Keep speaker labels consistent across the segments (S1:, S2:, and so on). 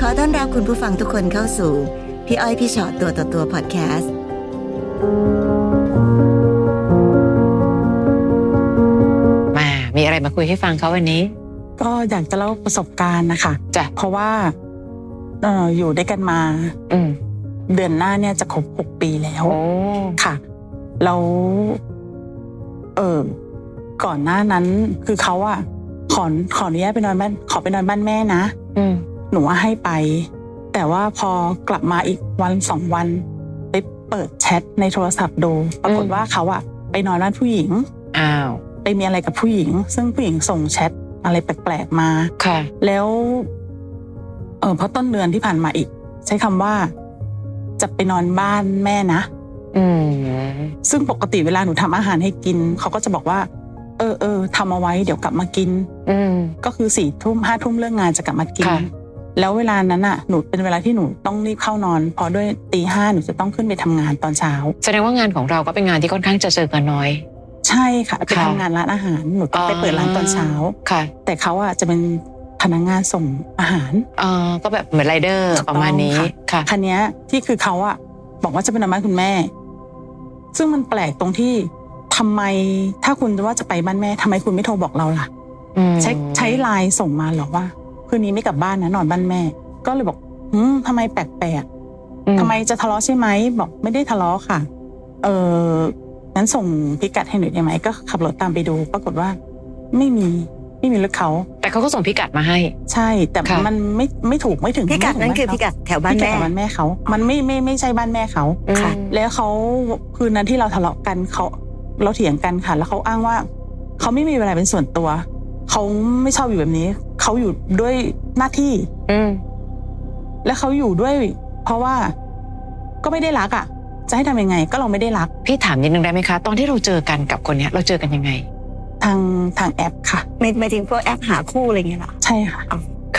S1: ขอต้อนรับคุณผู้ฟังทุกคนเข้าสู่ พี่อ้อยพี่ชอตตัวต่อตัวพอดแคสต์
S2: มา มีอะไรมาคุยให้ฟังเขาวันนี้
S3: ก็อยากจะเล่าประสบการณ์นะคะ
S2: จ้ะ
S3: เพราะว่าเอ่ออยู่ด้วยกันมา
S2: อืม
S3: เดือนหน้าเนี่ยจะครบหกปีแล้ว
S2: โอ้
S3: ค่ะ แล้วเออก่อนหน้านั้นคือเขาอะขอขออนุญาตไปนอนบ้านขอไปนอนบ้านแม่นะ
S2: อืม
S3: หนูว่าให้ไป แต่ว่าพอกลับมาอีกวันสองวันไปเปิดแชทในโทรศัพท์ดู ปรากฏ
S2: อืม
S3: ว่าเขาอะไปนอนบ้านผู้หญิง
S2: อ้าว
S3: ไปมีอะไรกับผู้หญิง ซึ่งผู้หญิงส่งแชทอะไรแปลกๆมา
S2: ค่ะ
S3: แล้ว เออพอต้นเดือนที่ผ่านมาอีก ใช้คำว่า จะไปนอนบ้านแม่นะ
S2: อืม
S3: ซึ่งปกติเวลาหนูทำอาหารให้กิน เขาก็จะบอกว่า เออเออทำเอาไว้เดี๋ยวกลับมากิน
S2: อืม
S3: ก็คือสี่ทุ่มห้าทุ่มเลิกงานจะกลับมากิน
S2: ค่ะ
S3: แล้วเวลานั้นอ่ะหนูเป็นเวลาที่หนูต้องรีบเข้านอนเพราะด้วยตีห้าหนูจะต้องขึ้นไปทำงานตอนเช้า
S2: แสดงว่างานของเราก็เป็นงานที่ค่อนข้างจะเจอกันน้อย
S3: ใช่ค่ะไป
S2: ค่ะ
S3: ทำงานร้านอาหารหนูต้องไปเปิดร้านตอนเช้า
S2: ค่ะ
S3: แต่เขาอ่ะจะเป็นพนักงานส่งอาหาร
S2: เออก็แบบเหมือนไรเดอร์
S3: ถูก
S2: ป
S3: ต้อง
S2: ระมาณนี้
S3: ค่ะ
S2: ค่ะ
S3: คันเนี้ยที่คือเขาอะบอกว่าจะเป็นอาม่าคุณแม่ ซึ่งมันแปลกตรงที่ทำไมถ้าคุณว่าจะไปบ้านแม่ทำไมคุณไม่โทรบอกเราล่ะ
S2: อืม
S3: ใช้ใช้ไลน์ส่งมาเหรอว่าคืนนี้ไม่กลับบ้านนะนอนบ้านแม่ ก็เลยบอกหืมทำไมแปลก
S2: อื
S3: ๆทำไมจะทะเลาะใช่ไหมบอกไม่ได้ทะเลาะค่ะ เอองั้นส่งพิกัดให้หน่อยได้ไหมก็ขับรถตามไปดู ปรากฏว่า ไม่มีไม่มีรถเขา
S2: แต่เขาก็ส่งพิกัดมาให้
S3: ใช่ แต่
S2: ค่ะ
S3: มันไม่ไม่ถูกไม่ถึง
S1: พิกัด
S3: ไม่ถึง
S1: นั่นคือ
S3: บ้า
S1: พิ
S3: เขา
S1: กัดแถวบ้านแม่
S3: ไม่ใช่บ้านแม่เขา มันไม่ไม่ไม่ใช่บ้านแม่เขา
S1: ค่ะ
S2: อืม
S3: แล้วเขาคืนนั้นที่เราทะเลาะกันเขาเราเถียงกันค่ะ แล้วเขาอ้างว่าเขาไม่มีเวลาเป็นส่วนตัว เขาไม่ชอบอยู่แบบนี้ เขาอยู่ด้วยหน้าที่
S2: อืม
S3: และเขาอยู่ด้วย เพราะว่าก็ไม่ได้รักอ่ะ จะให้ทำยังไง ก็เราไม่ได้รัก
S2: พี่ถามนิดนึงได้ไหมคะ ตอนที่เราเจอกันกับคนเนี้ย เราเจอกันยังไง
S3: ทางทางแอปค่ะ
S1: ไม่ไม่ถึงพวกแอปหาคู่อะไรอย่างเงี้ยเหรอ
S3: ใช่ค่ะ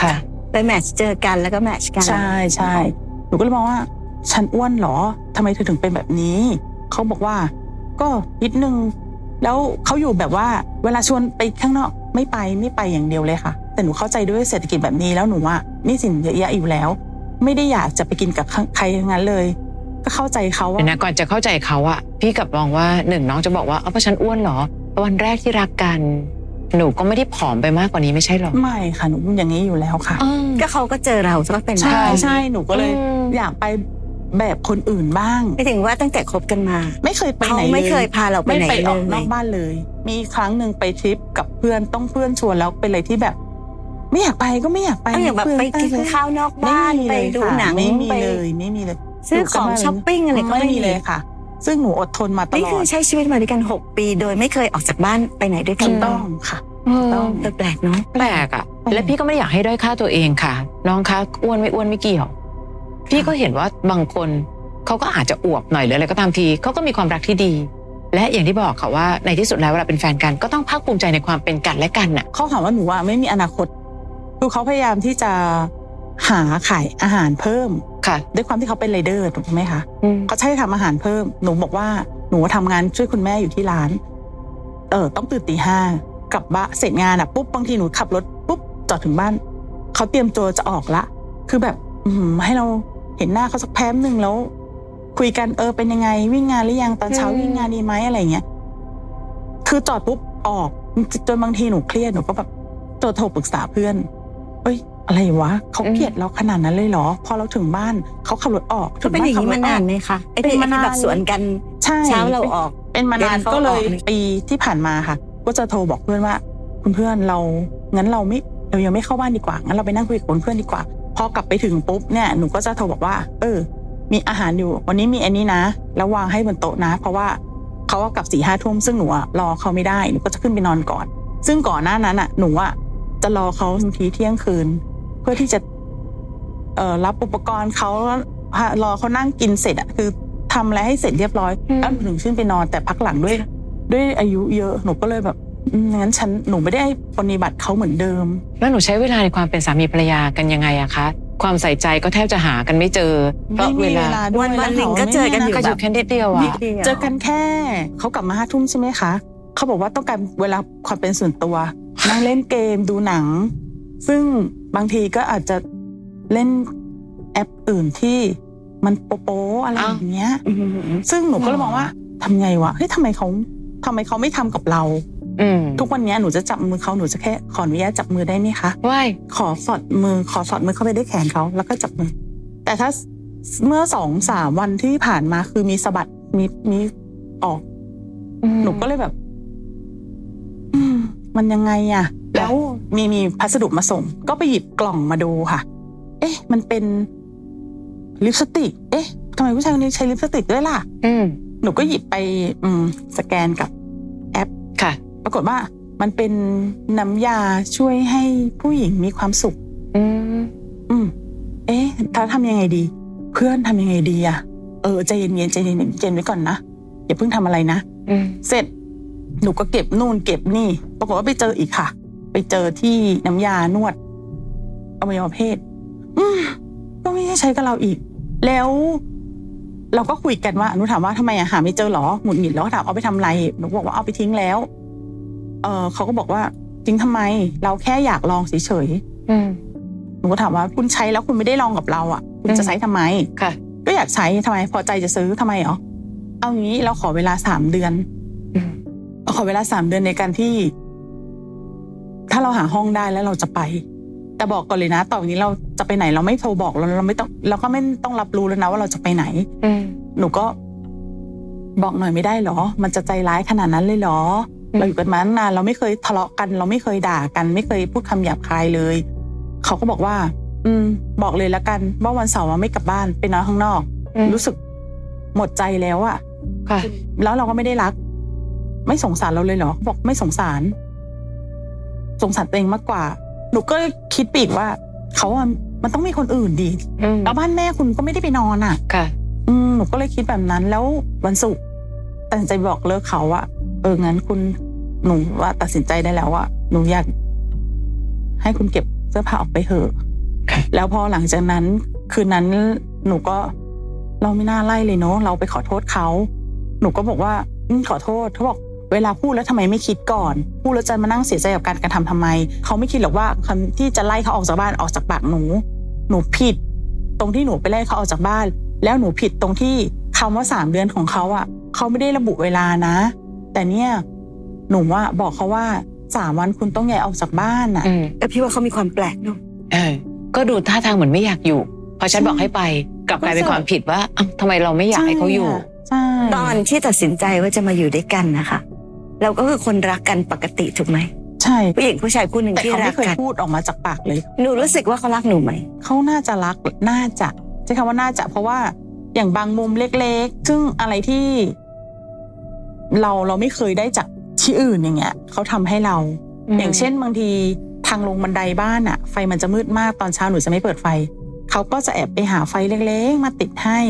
S2: ค่ะ
S1: ไปแมทช์เจอกันแล้วก็แมทช์กัน
S3: ใช่ใช่หนูก็เลยมองว่า ฉันอ้วนเหรอทำไมเธอถึงเป็นแบบนี้ เขาบอกว่า ก็นิดนึง แล้วเขาอยู่แบบว่า เวลาชวนไปข้างนอกไม่ไปไม่ไปอย่างเดียวเลยค่ะ แต่หนูเข้าใจด้วยเศรษฐกิจแบบนี้แล้วหนูอะหนี่สินเยอะแยะอยู่แล้ว ไม่ได้อยากจะไปกินกับใครทั้งนั้นเลย ก็เข้าใจเขาว่า
S2: เดี๋ยวนะก่อนจะเข้าใจเขาอะพี่กลับมองว่าหนึ่งน้องจะบอกว่าเอ้าเพราะฉันอ้วนเหรอวันแรกที่รักกัน หนูก็ไม่ได้ผอมไปมากกว่านี้ไม่ใช่เหรอ
S3: ไม่ค่ะหนูเป็นอย่างนี้อยู่แล้วค่ะ
S2: อืม
S1: ก็เขาก็เจอเราก็เป็น
S3: ใช่
S1: เรา
S3: ใช่หนูก็เลย
S2: อืม
S3: อยากไปแบบคนอื่นบ้าง
S1: ไม่ถึงว่าตั้งแต่คบกันมา
S3: ไม่เคยไป
S1: เขา
S3: ไหนล
S1: ไม่เคยพาเราไป
S3: ไม่
S1: ไหน
S3: ไป
S1: เล
S3: ออกนอย กบ้านเลย มีครั้งหนึ่งไปทริปกับเพื่อนต้องเพื่อนชวนแล้วเป็นอะไรที่แบบ ไม่อยากไปก็ไม่อยากไป
S1: ตั้งแต่แบบไปกินข้าวนอกบ้านไป
S3: ม่มี
S1: ดู
S3: เลยค่ะ
S1: หนัง
S3: ไม่มี
S1: ไป
S3: เลยไม่มีเลย
S1: ซื้อของช้อปปิ้งอะไรก็
S3: ไม่
S1: ไม่
S3: มี
S1: มี
S3: เลยค่ะ ซึ่งหนูอดทนมาต
S1: นี่
S3: ลอ
S1: คือ
S3: ด
S1: ใช้ชีวิตมาด้วยกันหกปีโดยไม่เคยออกจากบ้านไปไหนด้วยกั
S3: ถู
S1: น
S3: กต้องค่ะ
S1: ต้องเออแปลกเนาะ
S2: แปลกอะและพี่ก็ไม่ได้อยากให้ด้อยค่าตัวเองค่ะ น้องคะอ้วนไม่อ้วนไม่เกี่ยว พี่ก็เห็นว่าบางคนเขาก็อาจจะอวบหน่อยหรืออะไรก็ตามทีเขาก็มีความรักที่ดี และอย่างที่บอกค่ะว่าในที่สุดแล้วเวลาเป็นแฟนกันก็ต้องภาคภูมิใจในความเป็นกันและกันน่ะ
S3: เขาถามว่าหนูว่าไม่มีอนาคตคือเขาพยายามที่จะหาขายอาหารเพิ่ม
S2: ค่ะ
S3: ด้วยความที่เขาเป็นไรเดอร์ถูกไหมคะ
S2: อืม
S3: เขาใช้ทำอาหารเพิ่ม หนูบอกว่าหนูทำงานช่วยคุณแม่อยู่ที่ร้าน เออต้องตื่นตีห้ากลับบ้านเสร็จงานอ่ะปุ๊บบางทีหนูขับรถปุ๊บจอดถึงบ้าน เขาเตรียมตัวจะออกละ คือแบบ อืมให้เราเห็นหน้าเขาสักแพ้มหนึ่งแล้ว คุยกันเออเป็นยังไง วิ่งงานหรือยังตอนเช้าวิ่งงานดีไหมอะไรเงี้ยคือจอดปุ๊บออกจนบางทีหนูเครียดหนูก็แบบโทรโทรปรึกษาเพื่อน เอ้ย อะไรวะเขาเกลียดเราขนาดนั้นเลยเหรอ พอเราถึงบ้านเขาขับรถออก
S1: ก็
S3: ถึง
S1: เป็น
S3: บ้
S1: อย่าง
S3: ขับ
S1: นี้
S3: รถออน
S1: มาาก นไหมคะไอ้ที่
S3: เป็นมานาน
S1: แบบสวนกัน
S3: ใช่
S1: เช้าเราออก
S3: เป็นมานา
S1: เย็
S3: น
S1: นเขา
S3: ก็เลย
S1: ออก
S3: ปีที่ผ่านมาค่ะ ก็จะโทรบอกเพื่อนว่า คุณเพื่อนเรางั้นเราไม่เรายังไม่เข้าบ้านดีกว่างั้นเราไปนั่งคุยกับคุณเพื่อนดีกว่า พอกลับไปถึงปุ๊บเนี่ยหนูก็จะโทรบอกว่า เออ มีอาหารอยู่ วันนี้มีอันนี้นะแล้ววางให้บนโต๊ะนะ เพราะว่าเขาก็กลับสี่ห้าทุ่มซึ่งหนูอะรอเขาไม่ได้หนูก็จะขึ้นไปนอนก่อน ซึ่งก่อนหน้านั้นอะหนูอะจะรอเขาบางทีเที่ยงคืน เพื่อที่จะ เอ่อรับอุปกรณ์เขาฮะรอเขานั่งกินเสร็จอะคือทำอะไรให้เสร็จเรียบร้อยแล้วหนูถึงขึ้นไปนอนแต่พักหลังด้วย ด้วยอายุเยอะหนูก็เลยแบบอืมงั้นฉันหนูไม่ได้ปฏิบัติเขาเหมือนเดิม
S2: แล้วหนูใช้เวลาในความเป็นสามีภรรยากันยังไงอะคะความใส่ใจก็แทบจะหากันไม่เจอเพ
S3: ไม่
S2: ราะ
S3: มี
S2: เว
S3: เว
S2: ลา
S3: ลาด้วย
S1: วันวันหนึ่งก็
S3: แล้
S1: เจอกันอยู่
S3: เ
S2: ก็อยู่แค่นิดเดียว
S3: นี่
S2: อะ
S1: เดียว
S3: เจอกันแค่เขากลับมาห้าทุ่มใช่ไหมคะเขาบอกว่าต้องการเวลาความเป็นส่วนตัว นั่งเล่นเกมดูหนัง ซึ่งบางทีก็อาจจะ เล่นแอปอื่นที่มันโปโปะอะไร
S2: อ้า
S3: อ
S2: ว
S3: ย่างเงี้ย
S4: อืม
S3: ซึ่งหนูก็เลยมองว่าทำไงวะเฮ้ยทำไมเขาทำไมเขาไม่ทำกับเรา
S2: อืม
S3: ทุกวันเนี้ยหนูจะจับมือเขาหนูจะแค่ขออนุญาตจับมือได้ไหมคะ
S2: ว่าย
S3: ขอสอดมือขอสอดมือเข้าไปด้วยแขนเขาแล้วก็จับมือ แต่ถ้าเมื่อสองสามวันที่ผ่านมาคือมีสะบัดมีมีออก
S2: อืม
S3: หนูก็เลยแบบ อืม มันยังไงอะ
S2: แล้ว
S3: แล้วมีมีพัสดุมาส่ง ก็ไปหยิบกล่องมาดูค่ะ เอ๊ะ มันเป็นลิปสติก เอ๊ะทำไมผู้ชายคนนี้ใช้ลิปสติกด้วยล่ะ
S2: อืม
S3: หนูก็หยิบไป อืม สแกนกับ
S2: ค่ะ
S3: ปรากฏว่า มันเป็นน้ำยาช่วยให้ผู้หญิงมีความสุข
S2: อืม
S3: อืม เอ๊ะถ้าทำยังไงดี เพื่อนทำยังไงดีอะเออใจเย็นๆใจเย็นๆเย็นไว้ก่อนนะอย่าเพิ่งทำอะไรนะ
S2: อืม
S3: เสร็จหนูก็เก็บนู่นเก็บนี่ ปรากฏว่าไปเจออีกค่ะ ไปเจอที่น้ำยานวดอวัยวะเพศ อืมก็ไม่ได้ใช้กับเราอีก แล้ว เราก็คุยกันว่าหนูถามว่าทำไมอะหาไม่เจอหรอหงุดหงิดแล้วก็ถามเอาไปทำอะไรหนูก็บอกว่าเอาไปทิ้งแล้ว เออเขาก็บอกว่าทิ้งทำไม เราแค่อยากลองเฉย
S2: อืม
S3: ๆหนูก็ถามว่าคุณใช้แล้วคุณไม่ได้ลองกับเราอะคุณจะใช้ทำไม
S2: ค่ะ
S3: ก็อยากใช้ทำไม พอใจจะซื้อทำไมอ๋อเอางี้เราขอเวลาสามเดือน
S2: อืม
S3: ขอเวลาสามเดือนในการที่ ถ้าเราหาห้องได้แล้วเราจะไป แต่บอกก่อนเลยนะต่อจากนี้เราจะไปไหน เราไม่โทรบอกเราเราไม่ต้องเราก็ไม่ต้องรับรู้แล้วนะว่าเราจะไปไหน
S2: อืม
S3: หนูก็ บอกหน่อยไม่ได้เหรอ มันจะใจร้ายขนาดนั้นเลยเหรอ
S2: อืม
S3: เราอยู่กันมาตั้งนานเราไม่เคยทะเลาะกัน เราไม่เคยด่ากัน ไม่เคยพูดคำหยาบคายเลย เขาก็บอกว่า อืม บอกเลยละกันว่าวันเสาร์อะไม่กลับบ้านไปนอนข้างนอก
S2: อืม
S3: รู้สึกหมดใจแล้วอะ
S2: ค่ะ
S3: แล้วเราก็ไม่ได้รัก ไม่สงสารเราเลยเหรอเขาบอกไม่สงสาร สงสารตัวเองมากกว่า หนูก็คิดไปอีกว่า เขาอะมันต้องมีคนอื่นดี
S2: อืม
S3: แล้วบ้านแม่คุณก็ไม่ได้ไปนอนอะ
S2: ค่ะ
S3: อืมหนูก็เลยคิดแบบนั้นแล้ววันศุกร์ตัดสินใจบอกเลิกเขาอะเอองั้นคุณหนูว่าตัดสินใจได้แล้วอะหนูอยาก ให้คุณเก็บเสื้อผ้าออกไปเถอะ
S2: ค่ะ
S3: แล้วพอหลังจากนั้น คืนนั้นหนูก็เราไม่น่าไล่เลยเนาะเราไปขอโทษเขา หนูก็บอกว่าอืมขอโทษเขาบอกเวลาพูดแล้วทำไมไม่คิดก่อนพูดแล้วจะมานั่งเสียใจกับการกระทำทำไม เขาไม่คิดหรอกว่าคำที่จะไล่เขาออกจากบ้านออกจากปากหนู หนูผิด ตรงที่หนูไปไล่เขาออกจากบ้าน แล้วหนูผิดตรงที่คำว่าสามเดือนของเขาอ่ะ เขาไม่ได้ระบุเวลานะ แต่เนี่ยหนูว่าบอกเขาว่าสามวันคุณต้องย้ายออกจากบ้านอ่ะ
S2: อืม
S4: แต่พี่ว่าเขามีความแปลกเนาะ
S2: เออก็ดูท่าทางเหมือนไม่อยากอยู่ พอฉันบอกให้ไป กลับกลายเป็นความผิดว่าอ้าวทำไมเราไม่อยากให้เขาอยู่
S3: ใช่
S4: ตอนที่ตัดสินใจว่าจะมาอยู่ด้วยกันนะคะ เราก็คือคนรักกันปกติถูกไหม
S3: ใช่
S4: ผู้หญิงผู้ชายคู่หนึ่ง
S3: แต่
S4: ที่
S3: เขา
S4: รั
S3: ไม่
S4: ก
S3: เคย
S4: กัน
S3: พูดออกมาจากปากเลย
S4: หนูรู้สึกว่าเขารักหนูไหม
S3: เขาน่าจะรักน่าจะใช้คำว่าน่าจะ เพราะว่าอย่างบางมุมเล็กๆ ซึ่งอะไรที่ เราเราไม่เคยได้จากที่อื่นอย่างเงี้ยเขาทำให้เรา อย่างเช่นบางทีทางลงบันไดบ้านอะไฟมันจะมืดมากตอนเช้าหนูจะไม่เปิดไฟ เขาก็จะแอบไปหาไฟเล็กๆ มาติดให้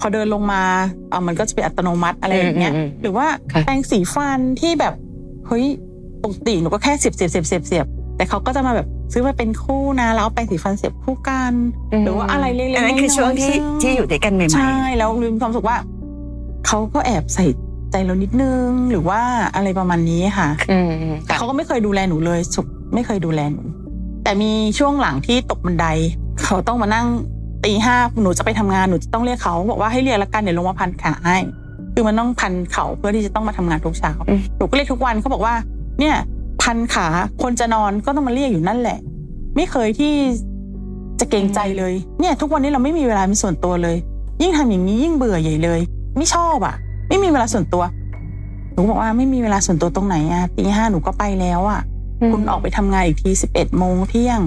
S3: พอเดินลงมาเออมันก็จะเป็นอัตโนมัติอะไรอย่างเงี้ย
S2: อืมอืมอืม
S3: หรือว่า
S2: ค่ะ
S3: แปรงสีฟันที่แบบเฮ้ยปกติหนูก็แค่เสียบเสียบเสียบเสียบเสียบแต่เขาก็จะมาแบบซื้อมาเป็นคู่นะแล้วเอาแปรงสีฟันเสียบคู่กัน
S2: ม
S3: หรือว่าอะไรเล็กๆ
S4: อันนั้นคือช่วงที่
S3: ซึ่
S4: ที่อยู่ด้วยกันใหม่
S3: ใช่แล้วลืมความรู้สุขว่าเขาก็แอบใส่ใจเรานิดนึงหรือว่าอะไรประมาณนี้ค่ะ
S2: อืมอืม
S3: แต่เขาก็ไม่เคยดูแลหนูเลยสุขไม่เคยดูแลหนูแต่มีช่วงหลังที่ตกบันได เขาต้องมานั่งตีห้าหนูจะไปทำงานหนูจะต้องเรียกเขาบอกว่าให้เรียกละกันเดี๋ยวลงมาพันขาให้คือมันต้องพันเขาเพื่อที่จะต้องมาทำงานทุกเช้าหนูก็เรียกทุกวันเขาบอกว่า เนี่ย พันขาคนจะนอนก็ต้องมาเรียกอยู่นั่นแหละ ไม่เคยที่จะเกรงใจเลย เนี่ย ทุกวันนี้เราไม่มีเวลาเป็นส่วนตัวเลย ยิ่งทำอย่างนี้ยิ่งเบื่อใหญ่เลย ไม่ชอบอ่ะ ไม่มีเวลาส่วนตัว หนูบอกว่าไม่มีเวลาส่วนตัวตรงไหนอ่ะตีห้าหนูก็ไปแล้วอ่ะ คุณออกไปทำงานอีกทีสิบเอ็ดโมงเที่ยง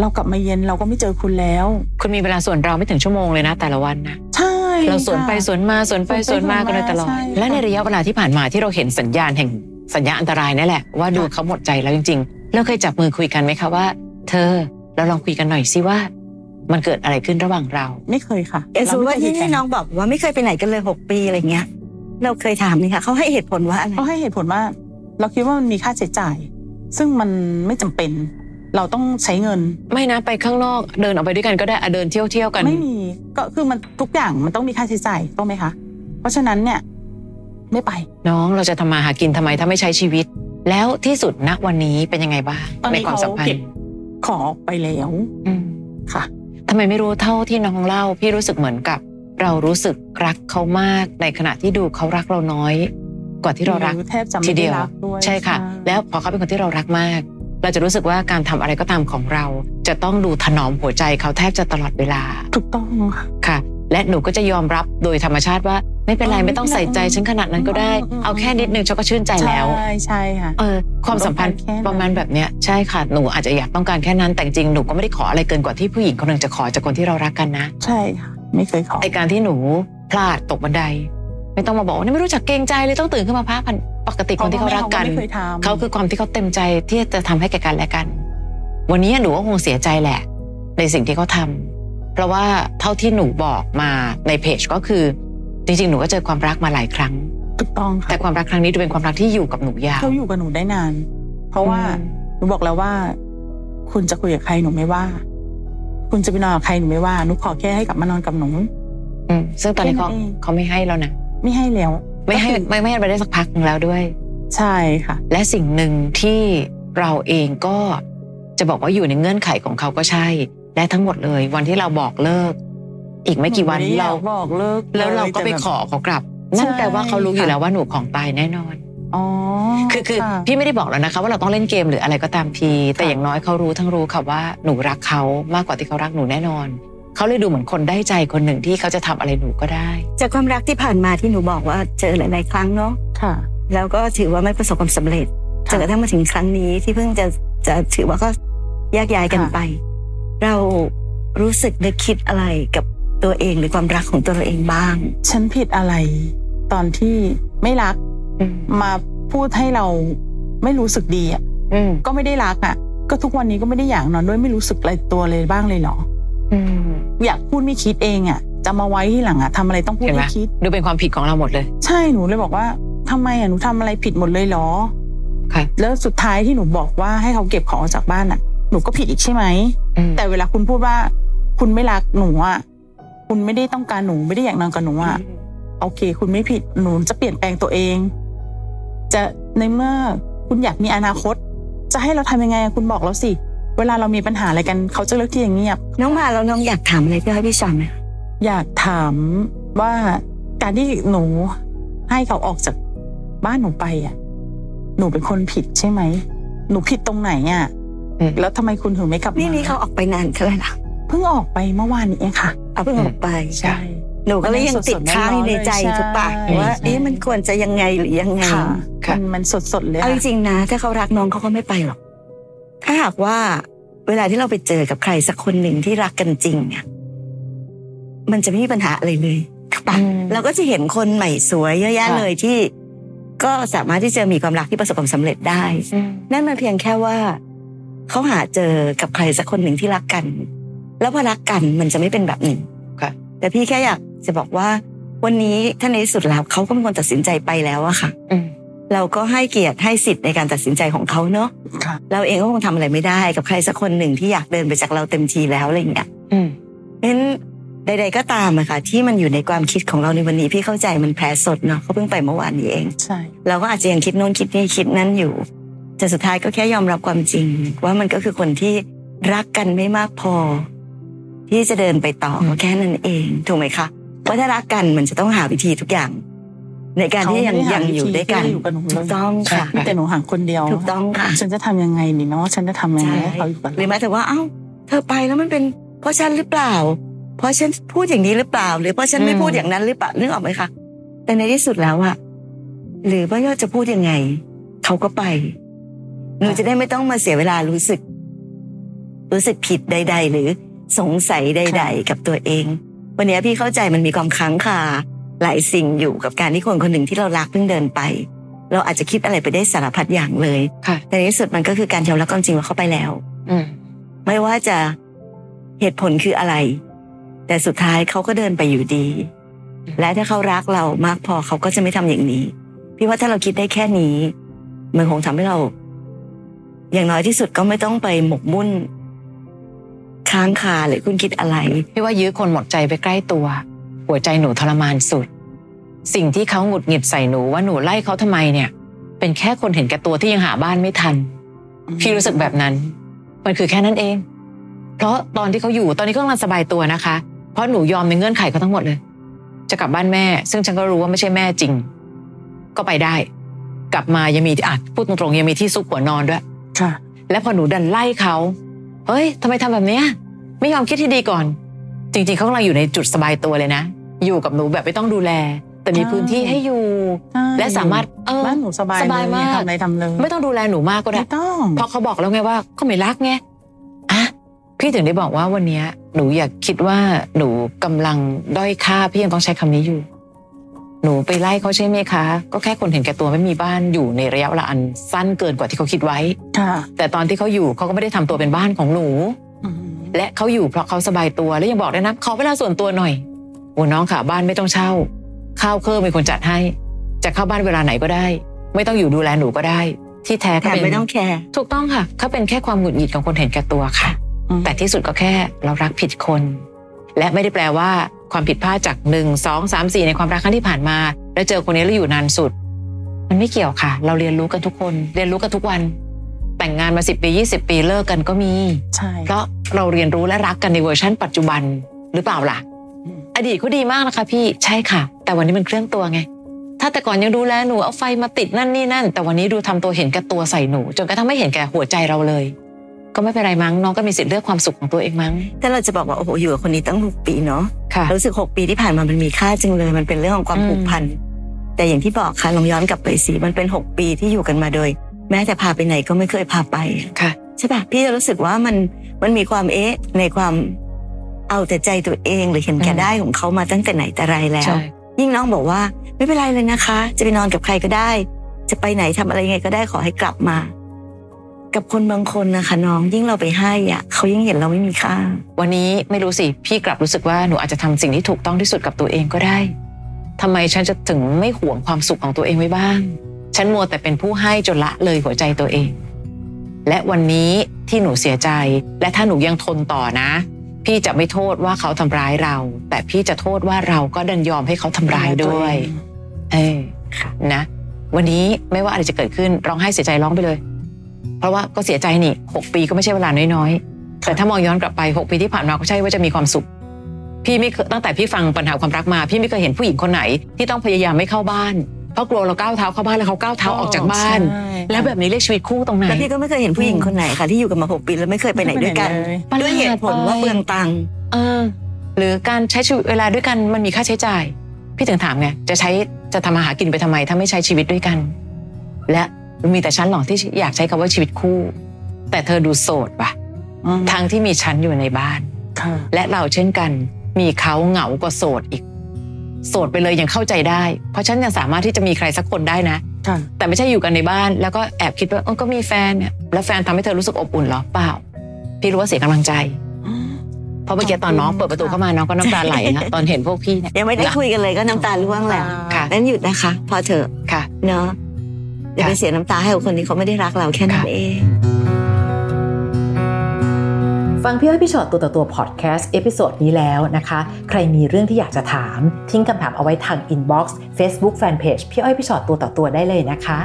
S3: เรากลับมาเย็นเราก็ไม่เจอคุณแล้ว
S2: คุณมีเวลาส่วนเราไม่ถึงชั่วโมงเลยนะ แต่ละวันนะ
S3: ใช่
S2: เราสวนไป
S3: ค่ะ
S2: สวนมาสวนไปสวนมากันโดยตลอด
S3: ใช่ค่ะ
S2: และในระยะเวลาที่ผ่านมาที่เราเห็นสัญญาณแห่งสัญญาอันตรายนั่นแหละว่าดูเขาหมดใจแล้วจริงๆเราเคยจับมือคุยกันไหมคะว่า เธอเราลองคุยกันหน่อยสิว่า มันเกิดอะไรขึ้นระหว่างเรา
S3: ไม่เคยค่ะ
S4: ๆ เอซูว่าที่ที่น้องบอกว่าไม่เคยไปไหนกันเลยหกปีอะไรเงี้ย เราเคยถามนี่ค่ะเขาให้เหตุผลว่าอะไร
S3: เขาให้เหตุผลว่า เราคิดว่ามันมีค่าใช้จ่าย ซึ่งมันไม่จำเป็น เราต้องใช้เงิน
S2: ไม่นะไปข้างนอกเดินออกไปด้วยกันก็ได้อะเดินเที่ยวเที่ยวๆกัน
S3: ไม่มีก็คือมันทุกอย่างมันต้องมีค่าใช้จ่ายต้องไหมคะ เพราะฉะนั้นเนี่ย ไม่ไป
S2: น้องเราจะทำมาหากินทำไมถ้าไม่ใช้ชีวิต แล้วที่สุดณวันนี้เป็นยังไงบ้าง
S3: ตอน
S2: ใน
S3: นี้
S2: ความสัมพัน
S3: เขาเก็บ
S2: ธ์
S3: ขอออกไปแล้ว
S2: อืม
S3: ค่ะ
S2: ทำไมไม่รู้เท่าที่น้องเล่า พี่รู้สึกเหมือนกับ เรารู้สึกรักเขามาก ในขณะที่ดูเขารักเราน้อย กว่าที่เรารัก
S3: แทบจะ
S2: ที
S3: ไม่
S2: เดี
S3: ได้
S2: ยว
S3: รักด้วย
S2: ใช่ค่ะ แล้วพอเขาเป็นคนที่เรารักมาก เราจะรู้สึกว่าการทำอะไรก็ตามของเรา จะต้องดูถนอมหัวใจเขาแทบจะตลอดเวลา
S3: ถูกต้องค่ะ
S2: ค่ะ และหนูก็จะยอมรับโดยธรรมชาติว่า ไม่เป็นไร
S3: อ๋อ
S2: ไม่ต้องใส่ใจฉันขนาดนั้นก็ได้
S3: อืม
S2: เอาแค่นิดนึงฉันก็ชื่นใจแล้ว
S3: ใช่ใช่ค่ะ
S2: เออความสัมพันธ์
S3: แค่นั้น
S2: ประมาณแบบเนี้ยใช่ค่ะหนูอาจจะอยากต้องการแค่นั้นแต่จริงๆหนูก็ไม่ได้ขออะไรเกินกว่าที่ผู้หญิงคนหนึ่งจะขอจากคนที่เรารักกันนะ
S3: ใช่ค่ะ ไม่เคยขอ
S2: ไอการที่หนูพลาดตกบันได ไม่ต้องมาบอกว่าเนี่ยไม่รู้จักเกรงใจเลยต้องตื่นขึ้นมาพักผ่อนปกติคนที่เขารักกัน
S3: เพะว่แม่ไม่เคยทำ
S2: เขาคือความที่เขาเต็มใจที่จะทำให้แก่กันและกัน วันนี้หนูก็คงเสียใจแหละ ในสิ่งที่เขาทำเพราะว่าเท่าที่หนูบอกมาในเพจก็คือ จริงๆ หนูก็เจอความรักมาหลายครั้ง
S3: ถูกต้องค่ะ
S2: แต่ความรักครั้งนี้ดูเป็นความรักที่อยู่กับหนูยาว
S3: เขาอยู่กับหนูได้นาน เพราะว่า
S2: อืม
S3: หนูบอกแล้วว่า คุณจะคุยกับใครหนูไม่ว่า คุณจะไปนอนกับใครหนูไม่ว่าหนูขอแค่ให้กลับมานอนกับหนู
S2: อืมซึ่งตอนนี้เขา
S3: แค่นั้นเอง
S2: เขาไม่ให้แล้วนะ
S3: ไม่ให้แล้ว
S2: ไม่ให้
S3: ก็คือ
S2: ไม่ไม่ให้ไปได้สักพักหนึงแล้วด้วย
S3: ใช่ค่ะ
S2: และสิ่งหนึ่งที่เราเองก็จะบอกว่าอยู่ในเงื่อนไขของเขาก็ใช่ และทั้งหมดเลย วันที่เราบอกเลิก อีกไม่กี่วัน
S3: หนูไม่ได้
S2: เรา
S3: อยากบอกเลิก
S2: แล้วเราก็
S3: เลยแต่
S2: ไป
S3: แบบ
S2: ขอเขากลับ นั่น
S3: ใช่
S2: แปลว่าเขารู้อยู่
S3: ค่ะ
S2: แล้วว่าหนูของตายแน่นอน
S3: อ๋อ
S2: คือคือ
S3: ค่ะ
S2: พี่ไม่ได้บอกแล้วนะคะ ว่าเราต้องเล่นเกมหรืออะไรก็ตามทีแต่
S3: ค่ะ
S2: อย่างน้อยเขารู้ทั้งรู้ค่ะว่าหนูรักเขามากกว่าที่เขารักหนูแน่นอนเขาเลยดูเหมือนคนได้ใจคนหนึ่งที่เขาจะทำอะไรหนูก็ได้
S4: จากความรักที่ผ่านมาที่หนูบอกว่าเจอหลาย ๆ ครั้งเนาะ
S3: ค่ะ
S4: แล้วก็ถือว่าไม่ประสบความสำเร็จจ
S3: ค่ะ
S4: นกระทั่งมาถึงครั้งนี้ที่เพิ่งจะจะถือว่าก็แยกย้ายกันไป เรารู้สึกนึกคิดอะไรกับตัวเองหรือความรักของตัวเราเองบ้าง
S3: ฉันผิดอะไร ตอนที่ไม่รัก
S2: อืม
S3: มาพูดให้เราไม่รู้สึกดีอ่ะ
S2: อืม
S3: ก็ไม่ได้รักอ่ะ ก็ทุกวันนี้ก็ไม่ได้อยากนอนด้วยไม่รู้สึกอะไรตัวเลยบ้างเลยเหรอ
S2: อืม
S3: อยากพูดไม่คิดเองอ่ะจะมาไว้ที่หลังอ่ะทำอะไรต้องพูด
S2: เห็นไหม
S3: ไม่คิด
S2: ดูเป็นความผิดของเราหมดเลย
S3: ใช่หนูเลยบอกว่าทำไมอ่ะหนูทำอะไรผิดหมดเลยเหรอ
S2: ค่ะ
S3: แล้วสุดท้ายที่หนูบอกว่าให้เขาเก็บของออกจากบ้านอ่ะ หนูก็ผิดอีกใช่ไหม
S2: อืม
S3: แต่เวลาคุณพูดว่า คุณไม่รักหนูอ่ะคุณไม่ได้ต้องการหนูไม่ได้อยากนอนกับหนูอ่ะ โอเค คุณไม่ผิดหนูจะเปลี่ยนแปลงตัวเอง จะในเมื่อคุณอยากมีอนาคต จะให้เราทำยังไงอะคุณบอกเราสิ เวลาเรามีปัญหาอะไรกัน เขาจะเลือกที่อย่างเงียบ
S4: น้องมาแล้วน้องอยากถามอะไรพี่อ้อยพี่ชอตไหมคะ
S3: อยากถามว่าการที่หนูให้เขาออกจากบ้านหนูไปอ่ะ หนูเป็นคนผิดใช่ไหม หนูผิดตรงไหนอ่ะ
S2: อืม
S3: แล้วทำไมคุณถึงไม่กลับมา
S4: นี่นี่เขาออกไปนานเท่าไหร่ละ
S3: เพิ่งออกไปเมื่อวานนี้เองค่ะ
S4: เอาเพิ่งออกไป หนูก็เลยยังติดค้างอยู่ในใจถูกปะ
S3: ใช่
S4: ว่าเอ๊ะมันควรจะยังไงหรือยังไง
S3: ค่ะ
S2: ค่ะ
S3: มันมันสดๆเลย
S4: เอาจ
S3: ค่ะ
S4: ริงๆนะ ถ้าเขารักน้องเขาก็ไม่ไปหรอก ถ้าหากว่าเวลาที่เราไปเจอกับใครสักคนหนึ่งที่รักกันจริงเนี่ยมันจะไม่มีปัญหาอะไรเลยถูกปะ
S2: อืม
S4: เราก็จะเห็นคนใหม่สวยเยอะแยะ
S2: ค่ะ
S4: เลยที่ ก็สามารถที่จะมีความรักที่ประสบความสำเร็จได้
S2: อืม
S4: นั่นมันเพียงแค่ว่าเขาหาเจอกับใครสักคนหนึ่งที่รักกัน แล้วพอรักกันมันจะไม่เป็นแบบนี้
S2: ค่ะ
S4: แต่พี่แค่อยากจะบอกว่า วันนี้ถ้าในที่สุดแล้วเขาก็เป็นคนตัดสินใจไปแล้วอะค่ะ
S2: อืม
S4: เราก็ให้เกียรติให้สิทธิ์ในการตัดสินใจของเขาเนอะ
S3: ค่ะ
S4: เราเองก็คงทำอะไรไม่ได้กับใครสักคนหนึ่งที่อยากเดินไปจากเราเต็มทีแล้วอะไรอย่างเงี้ย
S2: อืม
S4: เพราะฉะนั้นใด ๆ ก็ตามอะค่ะที่มันอยู่ในความคิดของเราในวันนี้พี่เข้าใจมันแพ้สดเนาะเขาเพิ่งไปเมื่อวานนี้เอง
S3: ใช่
S4: เราก็อาจจะยังคิดโน้นคิดนี่คิดนั้นอยู่ แต่สุดท้ายก็แค่ยอมรับความจริง ว่ามันก็คือคนที่รักกันไม่มากพอ ที่จะเดินไปต่อ
S2: อืม
S4: ก็แค่นั้นเองถูกไหมคะว่าถ้ารักกันมันจะต้องหาวิธีทุกอย่าง ในการที่ยังยังอยู่ด้วยกัน
S3: เขาไม่ไห่างที่จะอยู่กับหนูเล
S4: ถู
S3: ย
S4: กต้องค่ะ
S3: มีแต่หนูห่างคนเดียว
S4: ถูกต้องค่ะ
S3: ฉันจะทำยังไงดีเนาะฉันจะทำยังไง
S4: ใช่
S3: ให้เขาอยู่กับ
S4: หรื
S3: เรา
S4: อแม้แต่ว่าเอ้า เธอไปแล้วมันเป็นเพราะฉันหรือเปล่า เพราะฉันพูดอย่างนี้หรือเปล่า หรือเพราะฉันไม่
S2: อืม
S4: พูดอย่างนั้นหรือเปล่านึกออกไหมคะแต่ในที่สุดแล้วอะหรือว่ายอดจะพูดยังไง เขาก็ไป หนูจะได้ไม่ต้องมาเสียเวลารู้สึก รู้สึกผิดใด ๆ หรือสงสัยใด
S3: ค่ะ
S4: ๆ กับตัวเอง วันนี้พี่เข้าใจมันมีความค้างคาหลายสิ่งอยู่กับการที่คนคนหนึ่งที่เรารักเพิ่งเดินไป เราอาจจะคิดอะไรไปได้สารพัดอย่างเลย
S2: ค่ะ
S4: แต่ในที่สุดมันก็คือการยอมรับความจริงว่าเขาไปแล้ว
S2: อืม
S4: ไม่ว่าจะเหตุผลคืออะไร แต่สุดท้ายเขาก็เดินไปอยู่ดี และถ้าเขารักเรามากพอเขาก็จะไม่ทำอย่างนี้ พี่ว่าถ้าเราคิดได้แค่นี้ มันคงทำให้เรา อย่างน้อยที่สุดก็ไม่ต้องไปหมกมุ่น ค้างคาหรือคุณคิดอะไร
S2: พี่ว่ายื้อคนหมดใจไปใกล้ตัว หัวใจหนูทรมานสุด สิ่งที่เขาหงุดหงิดใส่หนูว่าหนูไล่เขาทำไมเนี่ย เป็นแค่คนเห็นแก่ตัวที่ยังหาบ้านไม่ทัน พี่รู้สึกแบบนั้น มันคือแค่นั้นเอง เพราะตอนที่เขาอยู่ตอนนี้เขากำลังสบายตัวนะคะ เพราะหนูยอมในเงื่อนไขเขาทั้งหมดเลย จะกลับบ้านแม่ ซึ่งฉันก็รู้ว่าไม่ใช่แม่จริง ก็ไปได้ กลับมายังมีอ่ะพูดตรงๆยังมีที่ซุกหัวนอนด้วย
S3: ค่ะ
S2: แล้วพอหนูดันไล่เขาเฮ้ยทำไมทำแบบเนี้ย ไม่ยอมคิดที่ดีก่อน จริง ๆเขากำลังอยู่ในจุดสบายตัวเลยนะ อยู่กับหนูแบบไม่ต้องดูแล แต่มี
S3: ใช่
S2: พื้นที่ให้อยู่
S3: ใช่
S2: และสามารถเออ
S3: บ้านหนูสบาย
S2: สบาย
S3: เล
S2: มาก
S3: ทำอะไรทำเลย
S2: ไม่ต้องดูแลหนูมากก็ได้
S3: ไม่ต้อง
S2: เพราะเขาบอกแล้วไงว่าเขาไม่รักไงอ่ะพี่ถึงได้บอกว่าวันเนี้ยหนูอยากคิดว่าหนูกำลังด้อยค่าพี่ยังต้องใช้คำนี้อยู่ หนูไปไล่เขาใช่ไหมคะ ก็แค่คนเห็นแก่ตัวไม่มีบ้านอยู่ในระยะเวลาอันสั้นเกินกว่าที่เขาคิดไว้
S3: ค่ะ
S2: แต่ตอนที่เขาอยู่เขาก็ไม่ได้ทำตัวเป็นบ้านของหนู
S3: อืม
S2: และเขาอยู่เพราะเขาสบายตัวและยังบอกด้วยนะขอเวลาส่วนตัวหน่อยโอ้น้องค่ะบ้านไม่ต้องเช่า ข้าวเครื่องเป็นคนจัดให้ จะเข้าบ้านเวลาไหนก็ได้ ไม่ต้องอยู่ดูแลหนูก็ได้ ที่แท้
S4: แถ
S2: ก็
S4: ม
S2: เป็น
S4: ไม่ต้องแคร์
S2: ถูกต้องค่ะเขาเป็นแค่ความหงุดหงิดของคนเห็นแก่ตัวค่ะ
S3: อืม
S2: แต่ที่สุดก็แค่เรารักผิดคน และไม่ได้แปลว่าความผิดพลาดจากหนึ่งสองสามสี่ในความรักครั้งที่ผ่านมา แล้วเจอคนนี้แล้วอยู่นานสุด มันไม่เกี่ยวค่ะ เราเรียนรู้กันทุกคน เรียนรู้กันทุกวัน แต่งงานมาสิบปียี่สิบปีเลิกกันก็มี
S3: ใช่
S2: เพราะเราเรียนรู้และรักกันในเวอร์ชันปัจจุบันหรือเปล่าล่ะ
S3: อืม
S2: อดีตเขาดีมากนะคะพี่ใช่ค่ะ แต่วันนี้มันเคลื่อนตัวไง ถ้าแต่ก่อนยังดูแลหนูเอาไฟมาติดนั่นนี่นั่น แต่วันนี้ดูทำตัวเห็นแก่ตัวใส่หนูจนกระทั่งไม่เห็นแก่หัวใจเราเลย ก็ไม่เป็นไรมั้งน้องก็มีสิทธิ์เลือกความสุขของตัวเองมั้ง
S4: แต่เราจะบอกว่าโอ้โหอยู่กับคนนี้ตั้งหกปีเนาะ
S2: ค่ะ
S4: รู้สึกหกปีที่ผ่านมามันมีค่าจังเลย มันเป็นเรื่องของความ
S2: อืม
S4: ผูกพันแต่อย่างที่บอกค่ะลองย้อนกลับไปสิมันเป็นหกปีที่อยู่กันมาโดย แม้แต่พาไปไหนก็ไม่เคยพาไป
S2: ค่ะ
S4: ใช่ปะพี่จะรู้สึกว่ามันมันมีความเอ๊ะในความเอาแต่ใจตัวเองหรือเห็นแก่
S2: อืม
S4: ได้ของเขามาตั้งแต่ไหนแต่ไรแล้ว
S2: ใช่
S4: ยิ่งน้องบอกว่าไม่เป็นไรเลยนะคะ จะไปนอนกับใครก็ได้ จะไปไหนทำอะไรยังไงก็ได้ขอให้กลับมา กับคนบางคนนะคะน้องยิ่งเราไปให้อะเขายิ่งเห็นเราไม่มีค่า
S2: วันนี้ไม่รู้สิพี่กลับรู้สึกว่าหนูอาจจะทำสิ่งที่ถูกต้องที่สุดกับตัวเองก็ได้ทำไมฉันจะถึงไม่หวงความสุขของตัวเองไว้บ้าง ฉันมัวแต่เป็นผู้ให้จนละเลยหัวใจตัวเอง และวันนี้ที่หนูเสียใจ และถ้าหนูยังทนต่อนะ พี่จะไม่โทษว่าเขาทำร้ายเรา แต่พี่จะโทษว่าเราก็ดันยอมให้เขาทำร้ายด้วย เออ
S4: ค่ะ
S2: นะ วันนี้ไม่ว่าอะไรจะเกิดขึ้นร้องไห้เสียใจร้องไปเลย เพราะว่าก็เสียใจนี่หกปีก็ไม่ใช่เวลาน้อยๆแต่ถ้ามองย้อนกลับไปหกปีที่ผ่านมาก็ใช่ว่าจะมีความสุข พี่ไม่เคยตั้งแต่พี่ฟังปัญหาความรักมา พี่ไม่เคยเห็นผู้หญิงคนไหน ที่ต้องพยายามไม่เข้าบ้านเพราะกลัวเราก้าวเท้าเข้าบ้านแล้วเขาก้าวเท้าออกจากบ้าน
S3: ใช่
S2: แล้วแบบนี้เรียกชีวิตคู่ตรงไหน
S4: แล้วพี่ก็ไม่เคยเห็นผู้หญิงคนไหนค่ะที่อยู่กันมาหกปีแล้วไม่เคยไปไหนด้วยกัน
S3: เลย
S2: ไปไหนเลย
S4: ด้วยเหตุผลว่าเปลืองตังค์
S2: เออหรือการใช้ชีวิตเวลาด้วยกันมันมีค่าใช้จ่าย พี่ถึงถามไงจะใช้จะทำมาหากินไปทำไม ถ้าไม่ใช้ชีวิตด้วยกัน และมีแต่ฉันหรอกที่อยากใช้คำว่าชีวิตคู่ แต่เธอดูโสดว่ะ
S3: อืม
S2: ทางที่มีฉันอยู่ในบ้าน
S3: ค่ะ
S2: และเราเช่นกัน มีเขาเหงากว่าโสดอีก โสดไปเลยยังเข้าใจได้ เพราะฉันยังสามารถที่จะมีใครสักคนได้นะ
S3: ค่ะ
S2: แต่ไม่ใช่อยู่กันในบ้าน แล้วก็แอบคิดว่าเออก็มีแฟนเนี่ยแล้วแฟนทำให้เธอรู้สึกอบอุ่นเหรอเปล่า พี่รู้ว่าเสียกำลังใจ เพราะเมื่อกี้ตอนน้องเปิดประตูเข้ามาน้องก็น้ำตาไหล นะตอนเห็นพวกพี่เนี่ย
S4: ยังไม่ได้
S2: ค่ะ
S4: คุยกันเลยก็น้ำตาร่วงแล้ว
S2: ค่ะ
S4: นั้นหยุดนะคะ พอเถอะ
S2: ค่ะ
S4: เนาะอย่าไป
S2: ค่ะ
S4: เสียน้ำตาให้กับคนที่เขาไม่ได้รักเราแค่นั้
S2: ค่ะ
S4: นเอง
S5: ฟังพี่อ้อยพี่ชอตตัวต่อตัวพอดแคสต์เอพิโซดนี้แล้วนะคะ ใครมีเรื่องที่อยากจะถาม ทิ้งคำถามเอาไว้ทางอินบ็อกซ์เฟซบุ๊กแฟนเพจพี่อ้อยพี่ชอตตัวต่อตัวได้เลยนะคะ